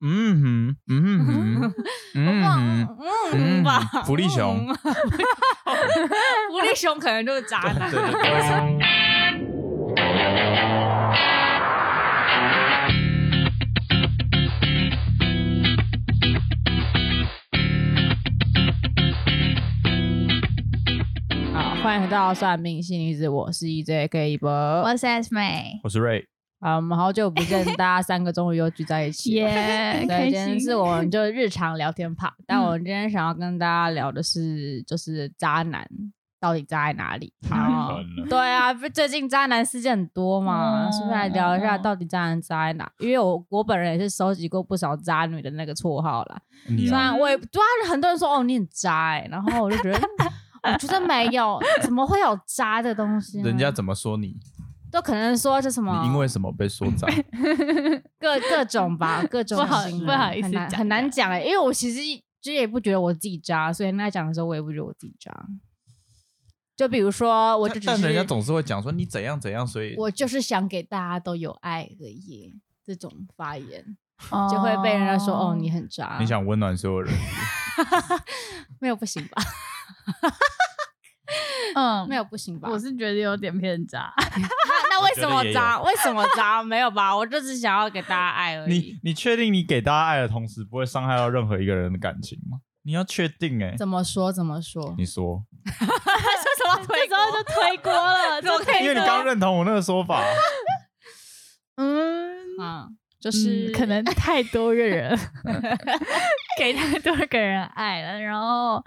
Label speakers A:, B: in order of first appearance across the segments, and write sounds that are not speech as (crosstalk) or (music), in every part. A: (laughs)
B: 嗯，
A: 嗯
B: 嗯
A: 吧，
B: 福利熊
A: 嗯， (laughs) 福利熊可能就是渣男。
B: 对对 (laughs) 对。
A: (laughs) 好，欢迎回到算命心理子，我是 EJ K 一博。
C: 我是 S 妹，
B: 我是 Ray，
A: 啊，我们好久不见，大家三个终于又聚在一
C: 哦
A: 起了。
C: (laughs) 耶，
A: 对，
C: 开
A: 今天
C: 心
A: 是我们就日常聊天 part，但
C: 嗯
A: 我们今天想要跟大家聊的是，就是渣男到底渣在哪里？
C: 嗯
B: 太
A: 好，
B: 狠了，
A: 对啊，不是最近渣男事件很多嘛，
C: 嗯
A: 是不是来聊一下
C: 嗯嗯
A: 到底渣男渣在哪？因为我我本人也是收集过不少渣女的那个绰号啦，
B: 你
A: 虽
B: 啊，
A: 然我也对啊，很多人说哦你很渣哎、然后我就觉得。嗯我觉得没有，怎么会有渣的东西呢？
B: 人家怎么说你？
A: 都可能说是什么，
B: 你因为什么被说脏？
A: 各各种吧，各种
C: 不好
A: 形容
C: 不好意思
A: 很难
C: 讲
A: 很难讲哎、因为我其实就也不觉得我自己渣，所以人家讲的时候我也不觉得我自己渣。就比如说， (laughs) 我就
B: 但
A: 只
B: 但人家
A: 是
B: 总是会讲说你怎样怎样，所以
A: 我就是想给大家都有爱而已，这种发言就会被人家说哦你很渣，
B: 你想温暖所有人。
A: 没有不行吧？
C: 嗯
A: 没，有不行吧？
C: 我是觉得有点偏 (laughs) 渣，
A: 那为什
B: 我觉
A: 么
B: 得也
A: 渣？为什么渣？ (laughs) 没有吧？我就只想要给大家爱而
B: 你
A: 已。
B: 你确定你给大家爱的同时，不会伤害到任何一个人的感情吗？你要确定哎、
A: 怎么说？怎么说？
B: 你说，
A: 说什么推
C: 这时候就推锅了，
A: 怎么可以
B: 因为你刚认同我那个说法， (laughs)
C: 嗯，
A: 啊？就
C: 就是嗯
A: 是
C: 可能太多个 (laughs) 人，给太多个人爱了，然后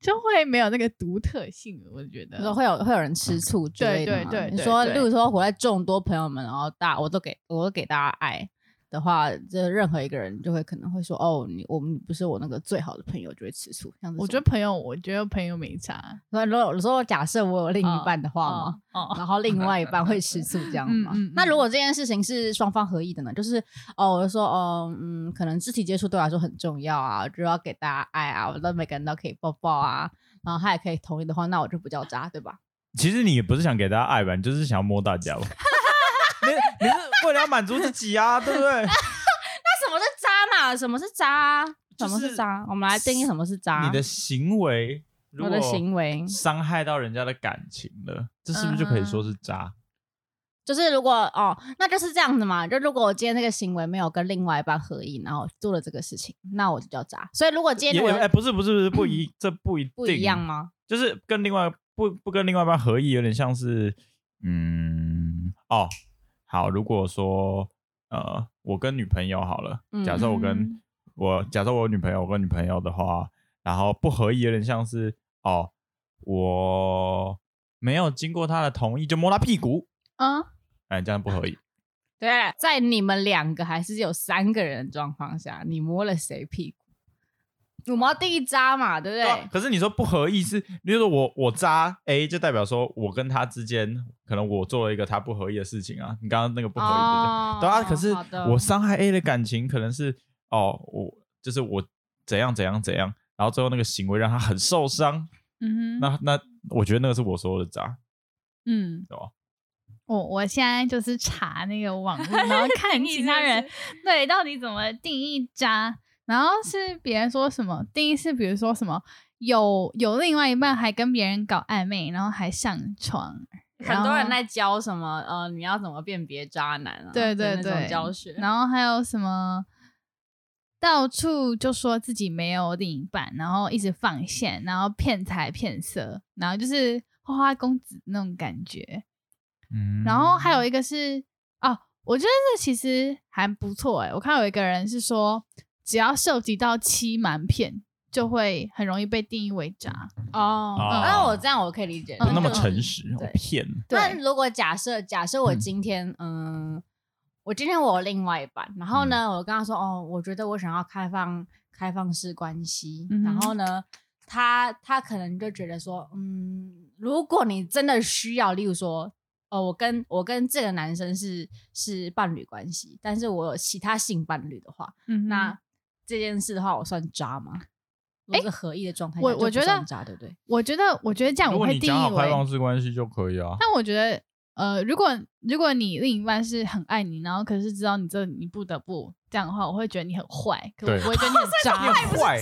C: 就会没有那个独特性，我觉
A: 你说
C: 得。
A: 呃会有会有人吃醋之类的
C: 对
A: 吗
C: 对对
A: 你
C: 对
A: 说，
C: 对
A: 例如说我在众多朋友们，然后大我都给我都给大家爱的话，这任何一个人就会可能会说哦，你我们不是我那个最好的朋友，就会吃醋。像
C: 我觉得朋友，我觉得朋友没差，
A: 得，嗯如果如果假设我有另一半的话嘛，
C: 哦哦，
A: 然后另外一半会吃醋这样子吗？
C: 嗯嗯嗯
A: 那如果这件事情是双方合意的呢？就是哦，我就说哦，嗯，可能肢体接触对我来说很重要啊，就要给大家爱啊，我让每个人都可以抱抱啊，然后他也可以同意的话，那我就不叫渣，对吧？
B: 其实你也不是想给大家爱吧，你就是想要摸大家
A: (laughs)
B: 吧。你你是为了要满足自己啊，对不对？
A: 那什么是渣嘛？什么是渣？
B: 就
A: 什
B: 是
A: 么是渣？我们来定义什么是渣。
B: 你的行为，如
A: 啊我
B: 果
A: 的行为
B: 伤害到人家的感情了，这是不是就可以
A: 嗯
B: 说是渣？
A: 就是如果哦，那就是这样子嘛。就如果我今天这个行为没有跟另外一半合意，然后做了这个事情，那我就叫渣。所以如果今
B: 也
A: 天我
B: 也哎，不是不是不是不
A: (clears throat)
B: 一，这不一定
A: 不一样，吗？
B: 就是跟另外不不跟另外一半合意，有点像是嗯哦好，如果说呃我跟女朋友好了，
A: 嗯
B: 假设我跟、
C: 嗯
B: 我假设我有女朋友，我跟女朋友的话，然后不合意有点像是哦我没有经过她的同意就摸她屁股，
C: 嗯，
A: 啊
B: 哎这样不合意，
A: 对，在你们两个还是有三个人的状况下，你摸了谁屁股？我们要定义渣嘛，对不
B: 啊
A: 对？
B: 可是你说不合意是，比如说我我渣 A 就代表说我跟他之间可能我做了一个他不合意的事情啊，你刚刚那个不合意的地方对啊，可是
A: 哦好的
B: 我伤害 A 的感情可能是哦，我就是我怎样怎样怎样，然后最后那个行为让他很受伤。
C: 嗯哼，
B: 那那我觉得那个是我说的渣，
C: 嗯
B: 对吧，
C: 我我现在就是查 (laughs) 那个网络，然后看
A: 定义
C: 其他
A: 是不
C: 人
A: 是
C: 对到底怎么定义渣，然后是别人说什么定义是，比如说什么有有另外一半还跟别人搞暧昧，然后还上床，
A: 很多
C: 然
A: 人
B: 嗯
C: 后
A: 在教什么呃，你要怎么辨别渣男啊？的
C: 对对
A: 那种
C: 对
A: 教学。
C: 然后还有什么到处就说自己没有另一半，然后一直放线，然后骗财骗色，然后就是花花公子那种感觉。
B: 嗯
C: 然后还有一个是哦，我觉得这其实还不错哎、我看有一个人是说，只要涉及到欺瞒骗，就会很容易被定义为渣。
A: 哦，
B: 哦
A: 那我这样我可以理解，
B: 不哦那么
A: 就
B: 诚实，我
A: 对
B: 骗
A: 那
C: 对
A: 如果假设假设我今天嗯、我今天我有另外一半，然后
C: 嗯
A: 呢，我跟他说哦，我觉得我想要开放开放式关系，
C: 嗯哼
A: 然后呢，他他可能就觉得说，嗯，如果你真的需要，例如说。哦，我跟我跟这个男生是是伴侣关系，但是我有其他性伴侣的话，
C: 嗯
A: 那这件事的话，我算渣吗？如果是合意的状态下，
C: 我
A: 就不
C: 我觉得
A: 算渣，对不对？
C: 我觉得，我觉得这样
B: 如
C: 我
B: 果
C: 会
B: 你
C: 定
B: 讲好
C: 义
B: 开
C: 为 (laughs)
B: 放式关系就可以啊。
C: 但我觉得，呃，如果如果你另一半是很爱你，然后可是知道你这你不得不这样的话，我会觉得你很坏，可我
B: 对
C: 不会觉得
A: (laughs)
C: 你很
B: 你
C: 渣。
B: 很坏，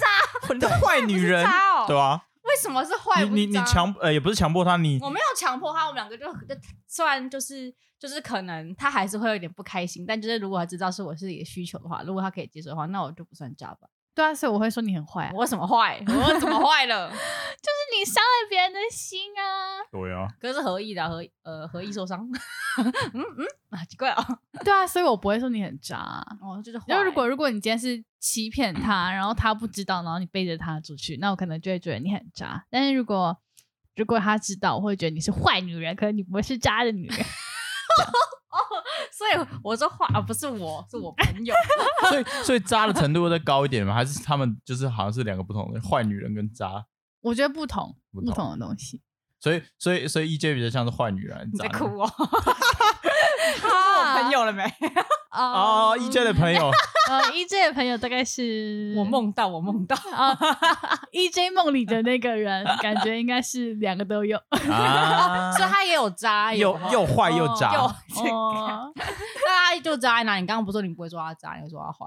B: 你的坏女人
A: 不是渣哦，
B: 对吧？
A: 为什么是坏？
B: 你你
A: 不是
B: 你
A: 渣
B: 强呃也不是强迫他，你
A: 我没有强迫他，我们两个就就虽然就是就是可能他还是会有点不开心，但就是如果他知道是我是你的需求的话，如果他可以接受的话，那我就不算渣吧。
C: 对啊，所以我会说你很坏、啊，
A: 我什么坏？我怎么坏了？
C: 就是你伤了别人的心啊。
B: 对啊，
A: 可是何意的啊何呃何意受伤？ (laughs) 嗯嗯啊，奇怪哦，
C: 对啊，所以我不会说你很渣、啊。
A: 哦就是坏。嗯
C: 就如果如果你今天是欺骗他，然后他不知道，然后你背着他出去，那我可能就会觉得你很渣。但是如果如果他知道，我会觉得你是坏女人，可能你不会是渣的女人。
A: 所以我说坏啊，不是我是我
B: (laughs)
A: 朋友，
D: 所以所以渣的程度会再高一点吗？还是他们就是好像是两个不同的坏女人跟渣？
C: 我觉得不同
D: 不
C: 不
D: 同
C: 同的东西，
D: 所以所以所以 EJ 比较像是坏女人，
A: 你在
D: 渣
A: 哭
D: 男
A: (laughs) 哦。是我朋友了没？啊
B: 哦，EJ
D: ，E
B: 的朋
A: (laughs)
B: 友
C: 呃，EJ 的朋友大概是
A: 我梦到，我梦到，
C: 啊、e j 梦里的那个人，感觉应该是两个
A: (laughs)
C: 都有。
D: 啊
A: 所以他也有
B: (laughs)
A: 渣，也有
B: 又又坏又
A: 又 (laughs)
B: 渣，
C: 哦，
A: 那他就渣男。你刚刚不是说你不会说他渣，你会说 (laughs) 他坏？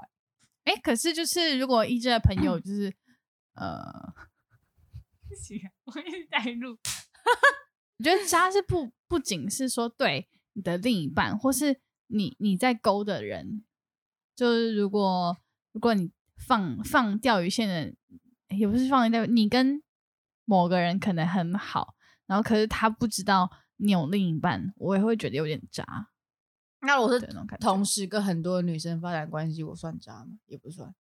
C: 哎、可是就是如果 EJ 的朋友就是呃，不行，我一直带 (laughs) 入。我觉得渣是不不仅是说对你的另一半，或是你你在勾的人，就是如果如果你放放钓鱼线的，也不是放钓鱼，你跟某个人可能很好，然后可是他不知道你有另一半，我也会觉得有点渣
A: 那我
C: 的
A: 是
C: 那种感觉。
A: 同时跟很多女生发展关系，我算渣吗？也不算。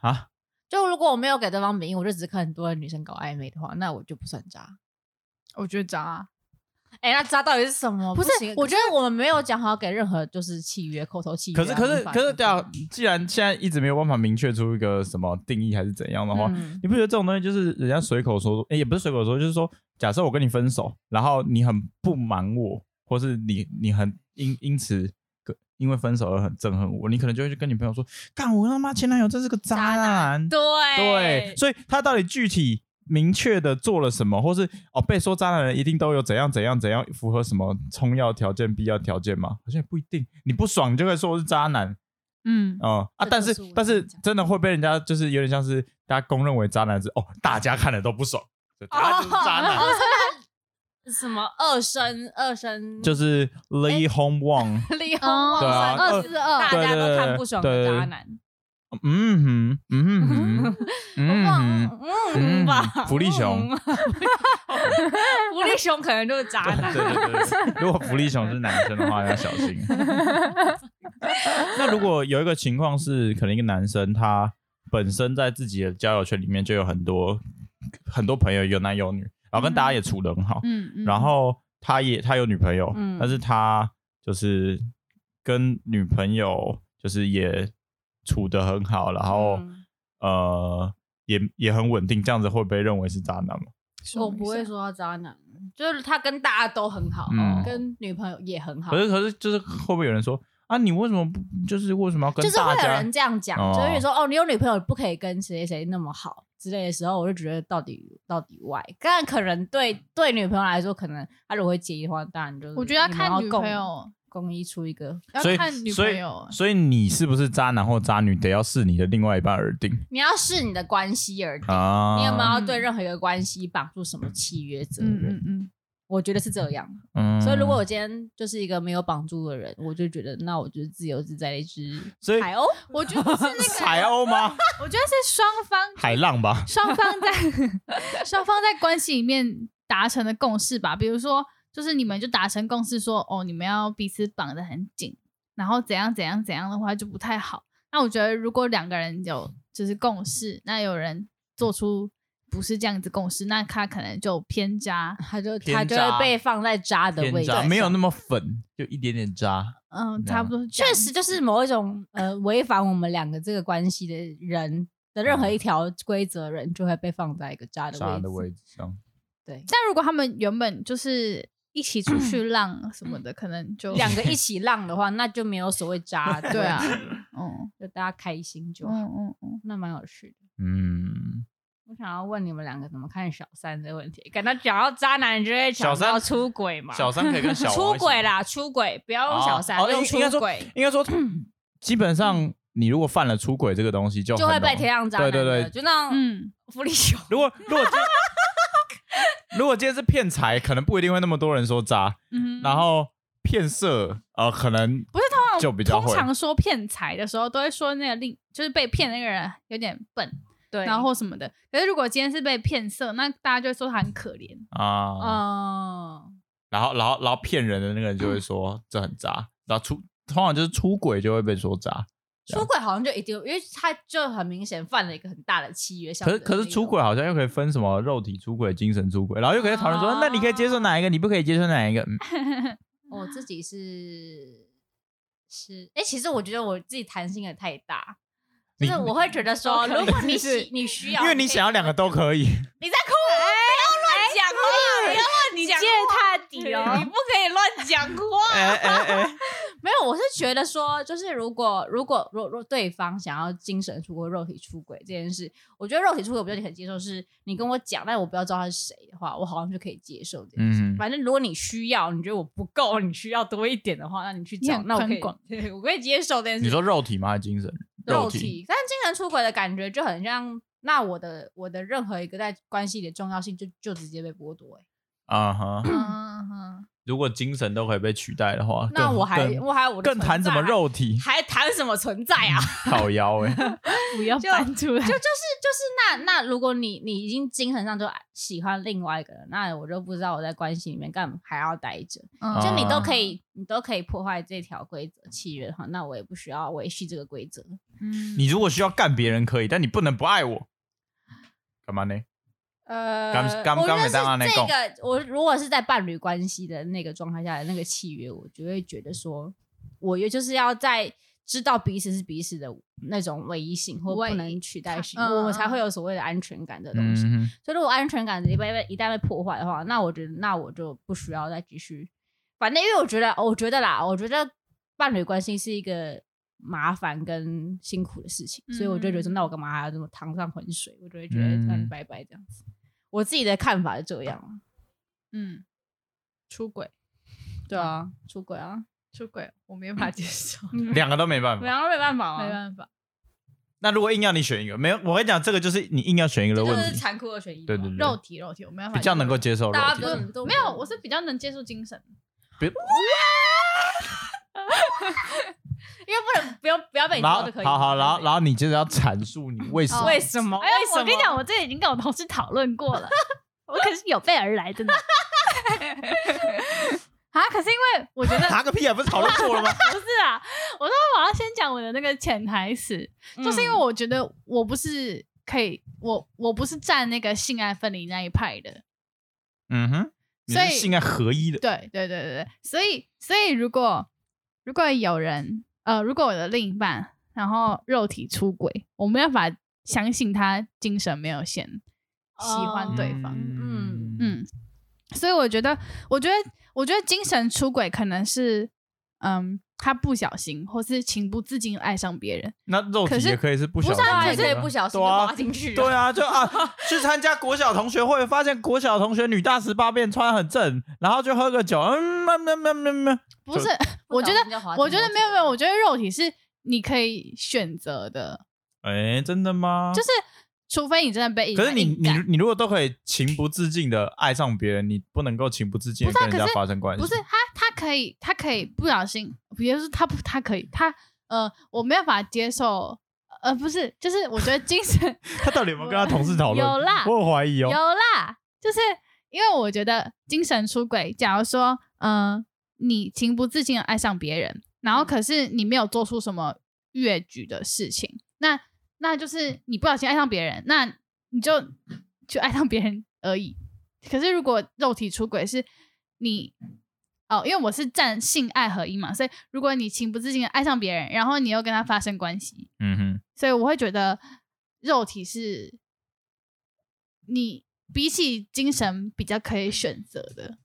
B: 啊，
A: 就如果我没有给对方名义，我就只跟很多的女生搞暧昧的话，那我就不算渣。
C: 我觉得渣啊、
A: 哎、那渣到底是什么？
C: 不
A: 不
C: 是
A: 行我觉得我们没有讲好给任何就是契约、口头契约啊、
B: 可是可是
A: 民法
B: 可是
A: 等等
B: 对啊，既然现在一直没有办法明确出一个什么定义还是怎样的话，
A: 嗯
B: 你不觉得这种东西就是人家随口说，哎、也不是随口说，就是说，假设我跟你分手，然后你很不满我，或是你你很因因此个因为分手而很憎恨我，你可能就会去跟你朋友说，干我他妈前男友真是个渣男，对，
A: 对，
B: 所以他到底具体明确的做了什么，或是哦被说渣男的人一定都有怎样怎样怎样符合什么充要条件、必要条件吗？好像也不一定，你不爽你就会说我是渣男，
C: 嗯，
B: 哦、啊，
A: 这
B: 但
A: 就是是我
B: 但是
A: 想讲
B: 真的会被人家就是有点像是大家公认为渣男是哦，大家看了都不爽，所以大家就是渣男，
A: 哦 (laughs) 所以他什么二生二
B: (laughs)
A: 生
B: 就是是
A: 哎
B: Lee Hong Wong，
A: 离婚
C: 哦
A: 旺
B: 对啊
A: 生
C: 二
A: 二
C: 四二，
A: 大家
B: 对对对
A: 都看不爽
B: 对
A: 的
B: 对
A: 渣男，
B: 嗯哼，嗯哼，嗯哼，
A: 嗯嗯吧，
B: 福利熊
A: 嗯，福利熊可能就是渣
B: 对
A: 男。
B: 对对对，如果福利熊是男生的话，要小
A: (laughs)
B: 心。那如果有一个情况是，可能一个男生他本身在自己的交友圈里面就有很多很多朋友，有男有女，然后跟大家也处得很好，
C: 嗯，嗯
B: 然后他也他有女朋友，
A: 嗯
B: 但是他就是跟女朋友就是也处得很好，然后、
A: 嗯
B: 呃也也很稳定，这样子会被认为是渣男吗？
A: 我不会，说他渣男，就是他跟大家都很好，
B: 嗯
A: 跟女朋友也很好嗯
B: 可，是可是就是会不会有人说啊，你为什么不就是为什么要跟
A: 就是会
B: 大
A: 有
B: 家？
A: 人这样讲，
B: 哦
A: 就是说哦，你有女朋友不可以跟谁谁那么好之类的时候，我就觉得到底到底 why？当然可能对对女朋友来说，可能她如果会介意的话，当然就是
C: 我觉得要看
A: 你们要
C: 女
A: 共
C: 朋友，
A: 共一出一个，
C: 要
B: 所以
C: 看女
B: 所以
C: 朋友。
B: 所以你是不是渣男或渣女，得要视你的另外一半而定
A: 你要视你的关系而定。
B: 啊？
A: 你有没有对
C: 嗯
A: 任何一个关系绑住什么契约责
C: 嗯
A: 任？
C: 嗯嗯，
A: 我觉得是这样。
B: 嗯
A: 所以如果我今天就是一个没有绑住的人，我就觉得那我就是自由自在的一只
B: (laughs) 所以
A: 海鸥。
C: 我觉得是那个，
B: 海鸥吗？
C: 我觉得是双 (laughs) 方
B: 海浪吧？
C: 双方在双方在关系里面达成的共识吧。比如说，就是你们就达成共识说，哦，你们要彼此绑得很紧，然后怎样怎样怎样的话就不太好。那我觉得，如果两个人有就是共识，那有人做出不是这样子共识，那他可能就偏渣。
A: 他就
B: 偏
A: 他就
B: 渣
A: 会被放在渣的
B: 偏
A: 位置
B: 渣
A: 上，
B: 没有那么粉，就一点点渣。
C: 嗯，差不多是这样
A: 确实就是某一种呃违反我们两个这个关系的人的任何一条规则，人就会被放在一个渣
B: 嗯
A: 的位
B: 渣
A: 置。
B: 的位置上，
A: 对，
C: 但如果他们原本就是一起出去浪什么 (clears throat) 的，可能就
A: 两个一起浪的话，那就没有所谓渣的
C: (laughs) 对啊
A: 问题，
C: 嗯
A: 就大家开心就好，
C: 嗯嗯嗯，
A: 那蛮有趣的。
B: 嗯，
A: 我想要问你们两个怎么看小三这个问题？感到讲到渣男，你就会
B: 小
A: 想
B: 三
A: 到出轨嘛？
B: 小三可以跟小王
A: 出
B: 一起
A: 轨啦，出轨，不要用小三，
B: 哦哦
A: 用出
B: 应该说
A: 轨
B: 应该说， (clears throat) 基本上你如果犯了出轨这个东西，就
A: 就
B: 很
A: 会被
B: 容易
A: 贴上渣男的，
B: 对对对
A: 就那种
C: 嗯，
A: 福利熊。
B: 如果如果今天 (laughs) 如果今天是骗财，可能不一定会那么多人说渣，
C: 嗯哼
B: 然后骗色，呃，可能
C: 不是通常
B: 就比较
C: 通
B: 会
C: 常说骗财的时候，都会说那个另就是被骗那个人有点笨，
A: (laughs) 对
C: 然后或什么的。可是如果今天是被骗色，那大家就会说他很可怜。
B: 啊，
A: 呃嗯，
B: 然后然后然后骗人的那个人就会
A: (clears throat)
B: 说这很渣，然后出通常就是出轨就会被说渣，这样
A: 出轨好像就一定，因为他就很明显犯了一个很大的契约。像
B: 可是可是出轨好像又可以分什么肉体出轨、精神出轨，然后又可以讨论说，
A: 哦
B: 那你可以接受哪一个，你不可以接受哪一个？嗯
A: 那种，我哦自己是是，哎、其实我觉得我自己弹性也太大。就
B: 你
A: 是我会觉得说，
C: 都可
A: 如
C: 以
A: 果你
C: 是
A: 需你需 (laughs) 要，
B: 因为
A: 可
B: 你
A: 以
B: 想要两个都可
A: (laughs)
B: 以，
A: 你在哭，不要乱讲话，不要乱讲话，
C: 他
A: 哎你不可以乱讲话。
B: 哎哎哎，
A: 哦
B: (laughs)
A: 没有，我是觉得说，就是如果如果若若对方想要精神出轨、肉体出轨这件事，我觉得肉体出轨我比较可以接受，是你跟我讲，但我不要知道他是谁的话，我好像就可以接受这件事。
B: 嗯，
A: 反正如果你需要，你觉得我不够，你需要多一点的话，那你去
C: 你
A: 找，
C: 很
A: 那我可
C: 宽
A: 以
C: 广，
A: (laughs) 对我可以接受这件事。
B: 你说肉体吗？还是精神？
A: 肉
B: 肉体，
A: 但精神出轨的感觉就很像，那我的我的任何一个在关系里的重要性就就直接被剥夺、欸。
B: 啊哈。
C: (clears throat) 嗯哼，
B: 如果精神都可以被取代的话，
A: 那
B: 更
A: 我还
B: 更
A: 我还有我的
B: 更谈
A: 存
B: 什么
A: 在啊
B: 肉体
A: 还谈什么存在
B: (laughs)
C: (laughs)
A: 啊？
B: 烤腰哎、
A: (laughs)
C: 不要
A: 就
C: 搬出来
A: 就。就是就是那那，如果你你已经精神上就喜欢另外一个人，那我就不知道我在关系里面干嘛还要待着。
C: 嗯
A: 就你都
B: 啊
A: 可以，你都可以破坏这条规则契约的话，那我也不需要维系这个规则。
C: 嗯
B: 你如果需要干别人可以，但你不能不爱我。干嘛呢？
A: 呃
B: 刚刚
A: 我觉
B: 刚
A: 得
B: 没
A: 是
B: 当啊那
A: 这
B: 讲
A: 个，我如果是在伴侣关系的那个状态下的那个契约，我就会觉得说，我也就是要在知道彼此是彼此的那种唯一性或
C: 唯
A: 不
C: 一
A: 能取代性，
C: 嗯
A: 我
C: 嗯
A: 们才会有所谓的安全感的东西。
B: 嗯哼，
A: 所以如果安全感一旦被一旦被破坏的话，那我觉得那我就不需要再继续。反正因为我觉得，哦我觉得啦，我觉得伴侣关系是一个麻烦跟辛苦的事情，所以我就觉得说，
C: 嗯
A: 那我干嘛还要这么趟上浑水？我就会觉得那你
B: 嗯
A: 拜拜这样子。我自己的看法是这样啊，
C: 嗯，出轨
A: 对啊，出轨啊，
C: 出轨，我没办法接 (laughs) 受，
B: 两个都没办
A: 嗯没
B: 法。
A: 办法没办法
C: 没
A: 啊，
C: 办法。
B: 那如果硬要你选一个，没有，我跟你讲，这个就是你硬要选一个
A: 这
B: 的
A: 就
B: 问
A: 是
B: 题，
A: 残酷二选一嘛。
B: 对对对
C: 肉体肉体，我没办法
B: 嗯比较能够接受肉
A: 大
B: 体
A: 家不是
B: 的。
A: 都
C: 没有，我是比较能接受精神。
B: (laughs) 别
A: 因为不能不用不要被你
B: 然
A: 说
B: 后
A: 就可以了。
B: 好好，然后
A: 对
B: 然后你接着要阐述你为什么
A: 为什么？
C: 哎呀
A: 为什么
C: 我跟你讲，我这已经跟我同事讨论
A: (laughs)
C: 过了，我可是有备而来的呢。啊，可是因为我觉得
B: (laughs) 拿个屁啊！不是讨论过了
A: (laughs)
B: 吗？
C: 不是啊，我说我要先讲我的那个潜台词，
A: 嗯
C: 就是因为我觉得我不是可以，我我不是站那个性爱分离那一派的，
B: 嗯哼，你
C: 所以
B: 是性爱合一的，
C: 对对对对对，所以所以如果如果有人呃，如果我的另一半然后肉体出轨，我没办法相信他精神没有先喜欢对方，
A: 嗯
C: 嗯，所以我觉得，我觉得，我觉得精神出轨可能是，嗯，他不小心或是情不自禁爱上别人，
B: 那肉体
C: 可是
B: 也可以是不小
A: 不
B: 心
A: 是
B: 的
A: 啊，
B: 吗，
A: 你也可以不小心就
B: 对啊
A: 滑进去啊。
B: 对啊，就
C: (laughs)
B: 啊，去参加国小同学会，发现国小同学女大十八变，穿很正，然后就喝个酒，嗯，么么么么么，
C: 不是 (laughs)
B: 就？(laughs)
C: 我觉得，
A: 得
C: 我觉得没有没有，我觉得肉体是你可以选择的，
B: 哎，真的吗？
C: 就是除非你真的被
B: 可是你
C: 硬
B: 你
C: 干
B: 你如果都可以情不自禁的爱上别人，你不能够情不自禁的
C: 不是啊
B: 跟人家
C: 可是
B: 发生关系，
C: 不是他，他可以，他可以不小心，比如说他不，他可以，他呃，我没有办法接受，呃，不是，就是我觉得精神。
B: (laughs) 他到底有没有跟他同事讨论？
C: 有啦
B: 我很怀疑
C: 有
B: 哦。
C: 啦，就是因为我觉得精神出轨，假如说，嗯、你情不自禁的爱上别人，然后可是你没有做出什么越矩的事情，那那就是你不小心爱上别人，那你就去爱上别人而已。可是如果肉体出轨是你。哦，因为我是站性爱合一嘛，所以如果你情不自禁的爱上别人，然后你又跟他发生关系，
B: 嗯哼，
C: 所以我会觉得肉体是你比起精神比较可以选择的。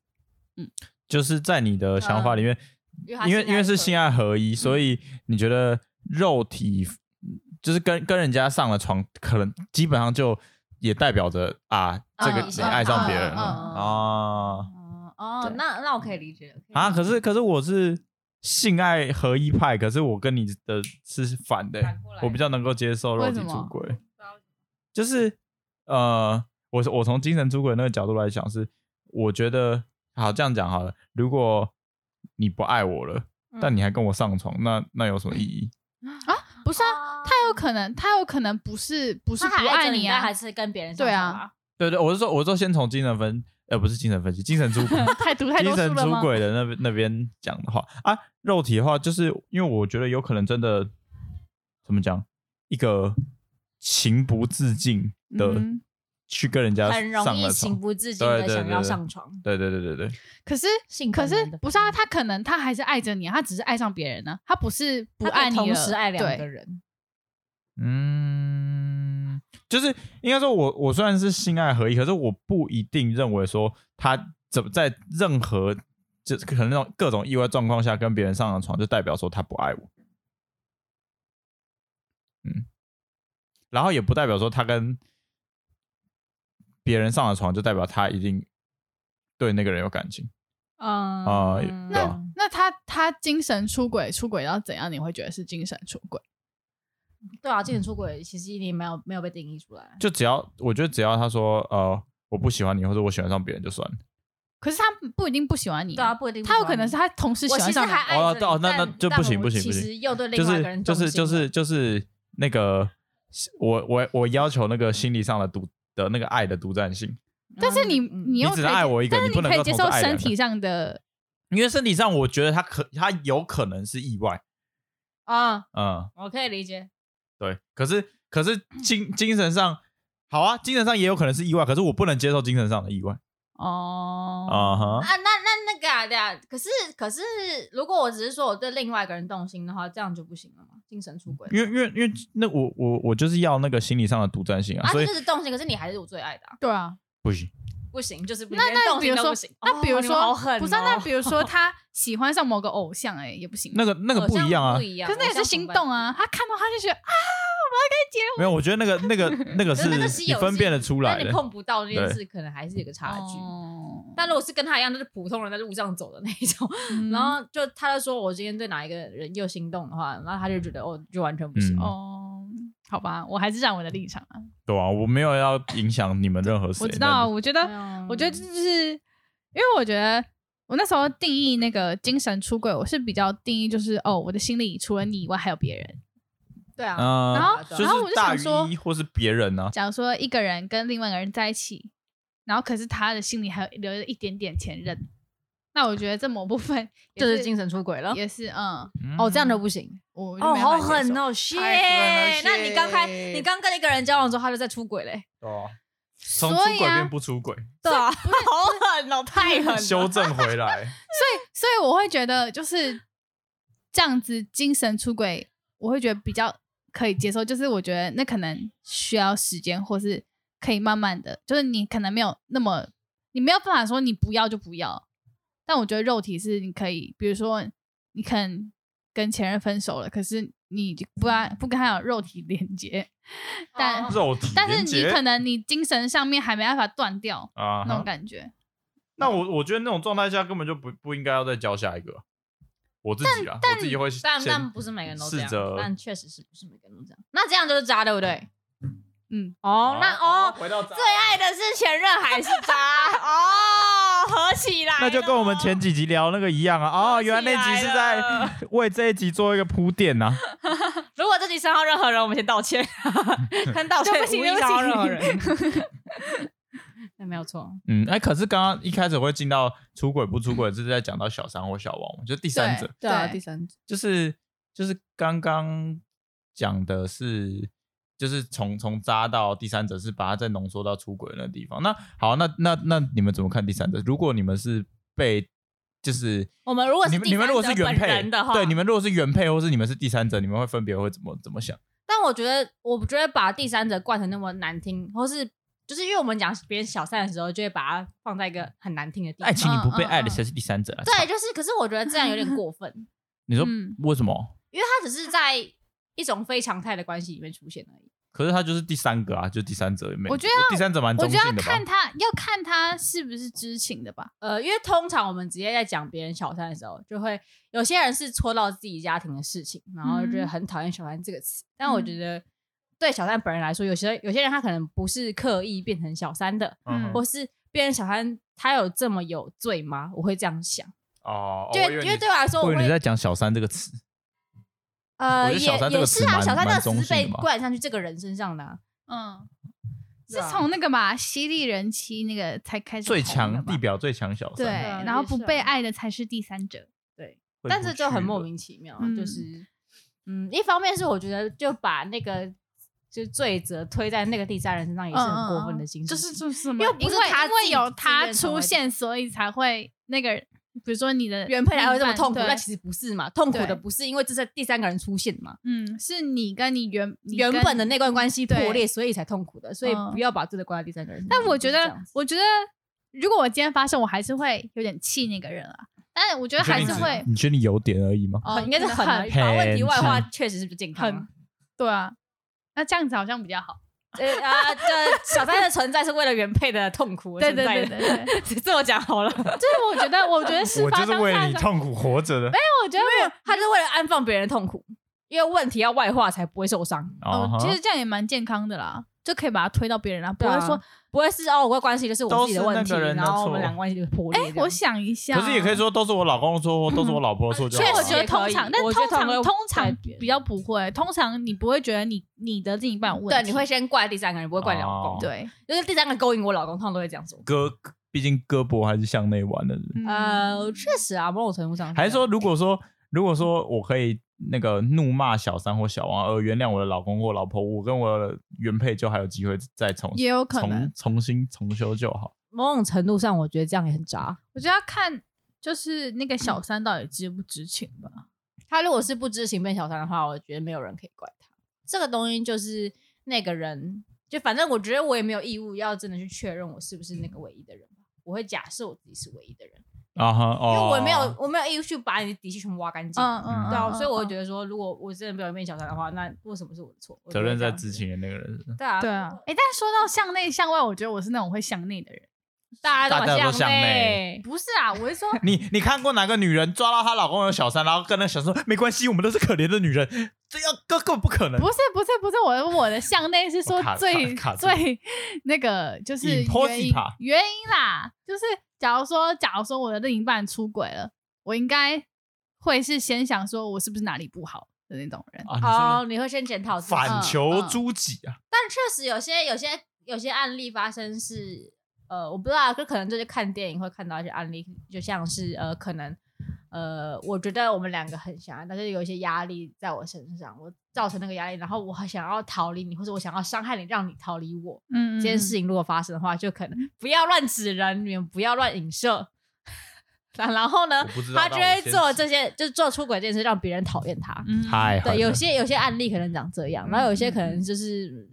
B: 就是在你的想法里面，
A: 嗯因为他
B: 因为因为是
A: 性
B: 性
A: 爱嗯
B: 爱合一，所以你觉得肉体就是跟跟人家上了床，可能基本上就也代表着啊，这个
A: 嗯
B: 你爱上别人了
C: 嗯嗯嗯
B: 啊
A: 哦哦，
C: 对
A: 那那我可以理解可以理解
B: 啊！可是可是我是性爱合一派，可是我跟你的是反的欸、
E: 反过来
B: 我比较能够接受肉
C: 为
B: 体
C: 什么
B: 出轨，就是呃，我是我从精神出轨那个角度来讲是，我觉得好这样讲好了，如果你不爱我了，
C: 嗯
B: 但你还跟我上床，那那有什么意义？
C: 不是啊，
A: 哦
C: 他有可能，他有可能不是不是
A: 他还
C: 不爱
A: 着你
C: 啊，
A: 但还是跟别人
C: 对啊
A: 上床，
B: 对对，我是说我是说先从精神分呃不是精神分析，精神出轨
A: (laughs)
C: 太读太
B: 精
C: 多书
B: 神
C: 了
B: 出
C: 吗？
B: 轨的那边那边讲的话啊，肉体的话，就是因为我觉得有可能真的怎么讲，一个情不自禁的、
C: 嗯
B: 去跟人家
A: 很容
B: 上
A: 易
B: 了
A: 情
B: 床，
A: 不自禁
B: 对
A: 的
B: 对
A: 想
B: 对
A: 要
B: 对
A: 上床，
B: 对对对对对，
C: 可是
A: 性
C: 可
A: 本
C: 是
A: 能的嗯
C: 不是啊？他可能他还是爱着你啊，他只是爱上别人呢、啊他不是不
A: 他可以
C: 爱你了，
A: 同时爱两个
C: 对
A: 人，
B: 嗯，就是应该说我我虽然是性爱合一，可是我不一定认为说他怎么在任何就可能那种各种意外状况下跟别人上了床，就代表说他不爱我。嗯，然后也不代表说他跟别人上了床，就代表他一定对那个人有感情
A: 嗯
B: 啊也对
C: 那
B: 啊
C: 那他他精神出轨，出轨到怎样你会觉得是精神出轨？
A: 对啊，精神出轨其实你没有没有被定义出
C: 嗯
A: 来，
B: 就只要我觉得只要他说呃我不喜欢你，或者我喜欢上别人就算了。
C: 可是他不一定不喜欢你
A: 对
C: 啊、
A: 啊，不一定不喜
C: 他
A: 欢
C: 有
A: 你，
C: 可能是他同时喜
A: 我其
C: 欢
A: 实
C: 上
A: 还
C: 你。
A: 爱
B: 哦
A: 着你，
B: 那哦那那
A: 但
B: 就不
A: 但
B: 行
A: 我
B: 不行
A: 其
B: 不行
A: 实又对
B: 就
A: 另外一个
B: 是
A: 人
B: 就是
A: 动
B: 就
A: 心了
B: 是就是那个，我我我要求那个心理上的独的那个爱的独占性，
C: 但是你、
A: 嗯嗯
C: 你又
B: 你只
C: 可以
B: 爱我一个
C: 但是
B: 你不能
C: 可以
B: 够
C: 接
B: 同
C: 受
B: 时爱
C: 身
B: 两个 (laughs)
C: 体上的
B: 因为身体上我觉得他可他有可能是意外，
A: 啊，
B: 嗯，
A: 我可以理解，
B: 对。可是可是
A: 嗯
B: 精精神上好啊，精神上也有可能是意外，可是我不能接受精神上的意外
C: 哦
B: 啊哈、
A: 啊，那那那个啊，对啊，可是可是，如果我只是说我对另外一个人动心的话，这样就不行了嘛，精神出轨。
B: 因为因为因为那我我我就是要那个心理上的独占性啊，
A: 啊，
B: 所以
A: 就是动心，可是你还是我最爱的、啊，
C: 对啊，
B: 不行。
A: 不行，就是那
C: 那那比如说，那比如说，
A: 好狠哦、
C: 不是啊、那比如说他喜欢上某个偶像、哎，也不行。
B: 那个那个
A: 偶
B: 不
A: 像
B: 一样啊
A: 不，一样，
C: 可是那也
A: 偶像
C: 是
A: 崇
C: 心
A: 拜
C: 动啊，他看到他就觉得啊，
B: 没有，我觉得那个那个那个
A: 可 (laughs) 是那个是
B: 你
A: 有
B: 分
A: 机
B: 辨得出来
A: 那你
B: 的。
A: 碰不到那件
B: 对
A: 事，可能还是有个差距。
C: 哦
A: 但如果是跟他一样，就是普通人在路上走的那一种，(laughs)
C: 嗯
A: 然后就他就说我今天对哪一个人又心动的话，然后他就觉得哦，就完全不行。
B: 嗯
C: 哦，好吧，我还是站我的立场啊。
B: 对啊，我没有要影响你们任何谁。
C: 我知道啊，我觉得，
A: 嗯
C: 我觉得这就是因为我觉得我那时候定义那个精神出轨，我是比较定义就是哦，我的心里除了你以外还有别人。
A: 对啊，
B: 嗯，
C: 然后
B: 就
A: 然
C: 后我
B: 是
C: 就
B: 大
C: 想说
B: 于一或是别人啊呢、
C: 假如说一个人跟另外一个人在一起，然后可是他的心里还有留着一点点前任，那我觉得这某部分也
A: 就是精神出轨了。
C: 也是嗯，
A: 哦，这样的不行
C: 我
A: 哦，好狠
C: 哦。
A: 哦，shit！
E: 狠了
A: 那你刚开，
E: shit
A: 你刚跟一个人交往之后，他就在出轨嘞，
B: 哦，从出
C: 所
B: 轨
C: 以啊
B: 变，不出轨，
A: 对啊，好 (laughs) 狠哦，太狠
B: 修正回
C: (laughs)
B: 来。
C: 所以我会觉得就是这样子精神出轨，我会觉得比较可以接受。就是我觉得那可能需要时间，或是可以慢慢的，就是你可能没有那么，你没有办法说你不要就不要。但我觉得肉体是你可以，比如说你可能跟前任分手了，可是你不然不跟他有肉体连接，但、
A: 哦
B: 肉体
C: 但是
B: 连
C: 你
B: 结
C: 可能你精神上面还没办法断掉、
B: 啊
C: 那种
B: 哈，
C: 感觉。
B: 那我我觉得那种状态下根本就不不应该要再交下一个。我自己啊，我自己会先
A: 但但不是每个人都这
B: 试着
A: 样，但确实是不是每个人都这样。那这样就是渣，对不对？
C: 嗯，
A: 哦，那
B: 好
A: 哦，
B: 回到最
A: 最
C: 啊
A: 爱的是前任还是
C: (laughs)
A: 渣？哦，合起来了，
B: 那就跟我们前几集聊那个一样啊！哦，原来那集是
A: 合
B: 在为这一集做一个铺垫啊呐。
A: (laughs) 如果这集伤到任何人，我们先道
B: (laughs)
A: 歉，看道歉
C: 对不起
A: 无意
C: 对不
A: 伤到任何
C: (laughs) 起
A: 人。那没有错，
B: 嗯，哎，可是刚刚一开始会进到出轨不出轨，就是在讲到小三或小王，就是第三者。
C: 对啊第
A: 三者
B: 就是就是刚刚讲的是，就是从从渣到第三者是把它再浓缩到出轨那个地方。那好，啊那那那你们怎么看第三者？如果你们是被就是
A: 我们如果是
B: 你们
A: 第
B: 你
A: 三者
B: 们如果是原
A: 本
B: 配
A: 人的话
B: 对，你们如果是原配或是你们是第三者，你们会分别会怎么怎么想？
A: 但我觉得，我觉得把第三者冠成那么难听，或是就是因为我们讲别人小三的时候，就会把它放在一个很难听的地方
B: 爱。情你不被
C: 嗯嗯
B: 爱的
C: 嗯
B: 谁是第三者啊？
A: 对，
B: 操，
A: 就是，可是我觉得这样有点过分，
B: 你说
C: 嗯
B: 为什么？
A: 因为他只是在一种非常态的关系里面出现而已。
B: 可是他就是第三个啊，就第三者也没。
C: 我觉得
B: 第三者蛮
C: 我
B: 中
C: 觉得
B: 性
C: 要
B: 的
C: 看
B: 吧。
C: 他要看他是不是知情的吧。
A: 呃，因为通常我们直接在讲别人小三的时候，就会有些人是戳到自己家庭的事情，然后就是
C: 嗯
A: 很讨厌“小三”这个词。但我觉
C: 嗯
A: 得，对小三本人来说，有些有些人他可能不是刻意变成小三的，
C: 嗯
A: 或是变成小三，他有这么有罪吗？我会这样想，
B: 哦，
A: 就
B: 我以
A: 因
B: 你
A: 为对我来说，
B: 我
A: 我
B: 以为你
A: 会
B: 在讲“小三”这个词，
A: 呃
B: 我觉得
A: 也
B: 小三这
A: 也
B: 个
A: 是
B: 词
A: 啊，
B: 蛮
A: 小三这
B: 蛮
A: 个
B: 中
A: 词是
B: 性的
A: 被
B: 吧
A: 冠上去这个人身上的啊，
C: 嗯，是
A: 对啊
C: 从那个吧《犀利人妻》那个才开始
B: 最
C: 红
B: 强
C: 的吧
B: 地表最强小
C: 对，
B: 三，
A: 啊
C: 然后
A: 也
C: 不
A: 是啊
C: 被爱的才是第三者。
B: 对
A: 但是就很莫。名其妙，就
C: 嗯
A: 是嗯，一方面是我觉得就把那个就罪责推在那个第三人身上
C: 嗯
A: 嗯也是很过分的精神，
C: 就是就是
A: 么
C: 因
A: 因
C: 为
A: 为他
C: 因为
A: 自己
C: 有
A: 自
C: 他
A: 愿成
C: 出
A: 为
C: 现，所以才会那个，比如说你的
A: 原配才会这么
C: 另一半
A: 痛苦，
C: 对
A: 但其实不是嘛，痛苦
C: 对
A: 的不是因为这是第三个人出现嘛。
C: 嗯，是你跟你原你
A: 原
C: 跟
A: 本的那段关系
C: 对
A: 破裂，所以才痛苦的，所以
C: 嗯
A: 不要把罪责怪到第三个人身上。
C: 但我觉
A: 就是这
C: 得
A: 样子，
C: 我觉得如果我今天发生，我还是会有点气那个人啊。但是我觉得
B: 你确
C: 还
B: 定
C: 是
B: 只
C: 会，
B: 你觉得你有点而已吗？
C: 哦
A: 很应该是
C: 可
A: 很
C: 能
A: 难
B: 很
A: 把问题外化，
B: 很
A: 确实是不健康
C: 很
A: 啊。
C: 对啊。那这样子好像比较好。
A: (laughs) 呃啊，这小三的存在是为了原配的痛苦而
C: 对
A: 存
C: 对
A: 在
C: 对
A: 的。
C: 对
A: (laughs)
C: 对，就
A: 对，这么讲 (laughs) 好了，
C: 是我觉得，我觉得事
B: 我
C: 发
B: 就是
C: 当
B: 为
C: 下
B: 了
C: 的
B: 你
C: 时候，
B: 痛苦活着的。
C: 我觉得我
A: 他就是为了安放别人的痛苦，因为问题要外化才不会受伤。
B: 啊
C: 哦
B: 哈，
C: 其实这样也蛮健康的啦，就可以把它推到别人啦，不
A: 对啊
C: 会说，
A: 不会是哦，我的关系就是我自己的问题，
B: 都是那个人的
A: 然
B: 错
A: 后我们两个关系就是破裂
C: 哎
A: 这，样。
C: 我想一下，
B: 可是也可以，说都是我老公的错，或都是我老婆的错就
C: 所
B: 好
C: 以
B: 了。
C: 我
A: 确
C: 觉
A: 实
C: 得通
A: 也可
C: 常，
A: 以
C: 但
A: 我觉
C: 通
A: 得
C: 常
A: 通常
C: 通
A: 会
C: 常
A: 改变
C: 比较不会，通常你不会觉得你你的另一半有问
A: 对，
C: 题，
A: 你会先怪第三个人，不会怪老公。
B: 哦
C: 对，
A: 就是第三个勾引我老公，通常都会这样做。
B: 胳，毕竟胳膊还是向内弯的。
C: 嗯
B: 哦
A: 呃，确实啊，某种程度上这样
B: 还是说，如果说如果说我可以那个怒骂小三或小王，而呃原谅我的老公或老婆，我跟我的原配就还有机会再重
C: 也有可能
B: 重，重新重修就好。
A: 某种程度上，我觉得这样也很渣。
C: 我觉得要看就是那个小三到底知不知情吧。
A: 他如果是不知情变小三的话，我觉得没有人可以怪他。这个东西就是那个人，就反正我觉得我也没有义务要真的去确认我是不是那个唯一的人吧。我会假设我自己是唯一的人，
B: 啊哈，
A: 因
B: 哦，
A: 为我也没有我没有义务去把你的底细全部挖干净。
C: 嗯嗯，
A: 对啊，所以我会觉
C: 得
A: 得说，如果我真的没有变小三的话，那为什么是我的错？我
B: 责
A: 觉得
B: 任
A: 这
B: 在
A: 样子
B: 知。情的那个人身上。
A: 对啊，
C: 对啊。哎，但是说到向内向外，我觉得我是那种会向内的人。
A: 大
B: 大家都
A: 家都
B: 向
A: 向
B: 内 (laughs)
A: 内。
C: 不是啊，我是说
B: 你你看过哪个女人抓到她老公有小三，然后跟那个小三说没关系，我们都是可怜的女人，这要根根本不可能。
C: 不是不是不是，我我的向内是说
B: 我卡
C: 最
B: 卡卡住
C: 最那个就是原因
B: Impossible
C: 原因啦，就是假如说假如说我的另一半出轨了，我应该会是先想说我是不是哪里不好的那种人。
B: 啊，你说
A: 哦，你会先检讨自己。
B: 反求
C: 嗯嗯
B: 诸己啊，
A: 但确实有些有些有些案例发生是，呃，我不知道，就可能就是看电影会看到一些案例，就像是呃，可能呃，我觉得我们两个很相爱，但是有一些压力在我身上，我造成那个压力，然后我很想要逃离你，或者我想要伤害你，让你逃离我。
C: 嗯
A: 这件事情如果发生的话，就可能不要乱指人，你们不要乱影射。 (laughs) 然然后呢
B: 我不知，道
A: 嗯他就
B: 但我
A: 会
B: 先
A: 做
B: 指
A: 这些，就是做出轨这件事，让别人讨厌他。
C: 嗯
B: 太狠
A: 对，
C: (laughs)
B: 了
A: 有些有些案例可能长这样，然后有些可能就是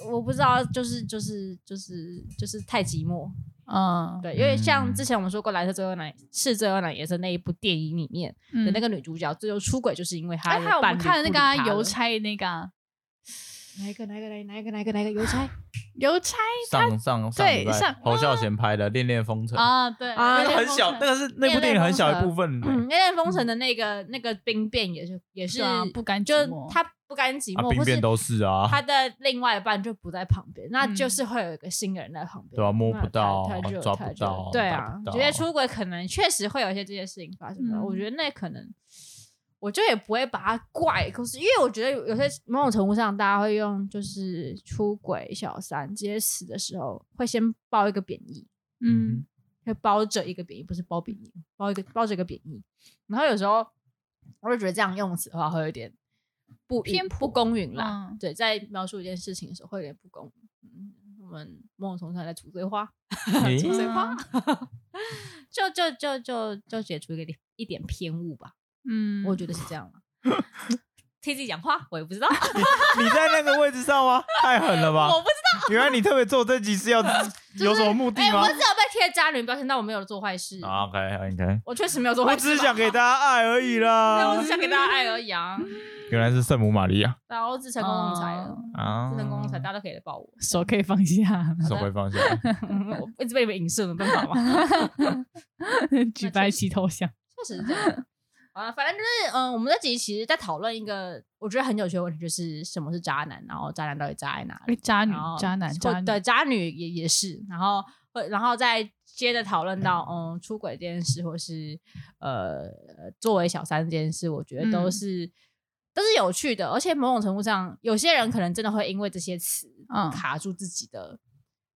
A: 呃我不知道，就是就是就是就是太寂寞。
C: 嗯
A: 对，因为像
B: 嗯
A: 之前我们说过《蓝色最后奶是最后奶也是那一部电影里面的
C: 嗯
A: 那个女主角，最后出轨就是因为她
C: 哎，
A: 的
C: 还有我
A: 伴
C: 们
A: 侣
C: 看的那个啊
A: 不理她了
C: 邮差那个啊
A: 哪一个哪一个哪一个哪一个哪一个哪一个邮差
C: 邮差
B: 上上上
C: 对
B: 礼拜
C: 上
B: 侯孝贤拍的《恋恋风尘》，
C: 啊，对
A: 啊
B: 那个
A: 恋
B: 很小，那个是那部电影很小一部分。
A: 嗯，那恋封神的那个那个兵变也是也是
C: 对啊不甘寂
A: 就
C: 寞
A: 他不甘寂
B: 啊，
A: 寞，
B: 兵
A: 或
B: 变
A: 是
B: 都是啊，
A: 他的另外一半就不在旁边，那
C: 嗯
A: 就是会有一个新的人在旁边，
B: 对啊摸不
A: 那
B: 到
A: 他他就
B: 抓
A: 他
B: 不
A: 就
B: 到
A: 对
B: 打
A: 啊
B: 不，到
A: 觉得出轨可能确实会有一些这些事情发生的，
C: 嗯
A: 我觉得那可能。我就也不会把它怪，可是因为我觉得有些某种程度上，大家会用就是出轨、小三这些词的时候，会先报一个贬义，
C: 嗯
A: 会包着一个贬义，不是包贬义，包一个包着一个贬义。然后有时候我就觉得这样用词的话，会有点不
C: 偏
A: 不
C: 颇
A: 公允啦。
C: 嗯
A: 对，在描述一件事情的时候，会有点不公允。嗯，我们某种程度上在除
B: (laughs)
A: 罪化， (laughs)
B: 咦
A: 除罪化
C: 嗯，
A: 就就就就就解除一个一点偏误吧。
C: 嗯，
A: 我觉得是这样啦。
B: 嗯
A: (laughs) 替自己讲话，我也不知道。
B: (laughs) 你在那个位置上吗？太狠了吧！
A: 我不 (laughs)
B: 知道，原来你特别做这集是要有什么目的
A: 哎、
B: 吗
A: 我？只有被贴渣女标签，但我没有做坏事，
B: 啊 OK OK，
A: 我确实没有做坏
B: 我
A: 事
B: 只是
A: 嘛
B: 想给大家爱而已啦
A: 对，。我只想给大
B: (laughs)
A: 家爱而已啊！
B: 原来是圣母玛利亚
A: 然后自成功成才
C: 哦
A: 了，
B: 啊，
A: 自成功成才，大家都可以来抱我。 (laughs)
C: 手可以放下，
B: 手会放下来。
A: 我一直被你们影射，没办法嘛，
C: (laughs) 举白旗投降。
A: (laughs) 确实是这样。啊，反正就是，嗯，我们这集其实在讨论一个我觉得很有趣的问题，就是什么是渣男，然后渣男到底渣在哪里？
C: 哎，渣女
A: 然后、
C: 渣男、
A: 或
C: 渣女，
A: 哦对渣女也也是，然后会然后再接着讨论到嗯出轨这件事，或是呃作为小三这件事，我觉得都
C: 嗯
A: 是、都是有趣的，而且某种程度上，有些人可能真的会因为这些词
C: 嗯
A: 卡住自己的。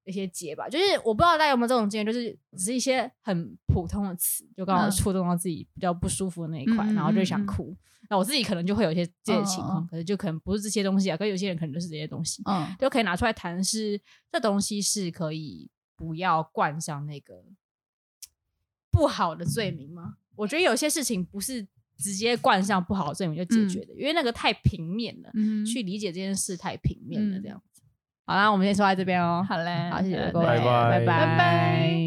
A: 一些结吧，就是我不知道大家有没有这种经验，就是只是一些很普通的词，就刚好
C: 嗯
A: 触动到自己比较不舒服的那一块，
C: 嗯嗯
A: 然后就
C: 嗯
A: 想
C: 嗯
A: 哭。那我自己可能就会有一些这些情况，
C: 嗯嗯
A: 可是就可能不是这些东西啊，可是有些人可能就是这些东西。
C: 嗯
A: 就可以拿出来谈是，这东西是可以不要冠上那个不好的罪名吗？我觉得有些事情不是直接冠上不好的罪名就解决的，因为那个太平面了，
C: 嗯，
A: 去理解这件事太平面了，
C: 嗯
A: 这样子。好啦，我们先说到这边哦。
C: 好嘞，
A: 好，谢谢各位，
B: 拜拜
A: 拜
C: 拜拜。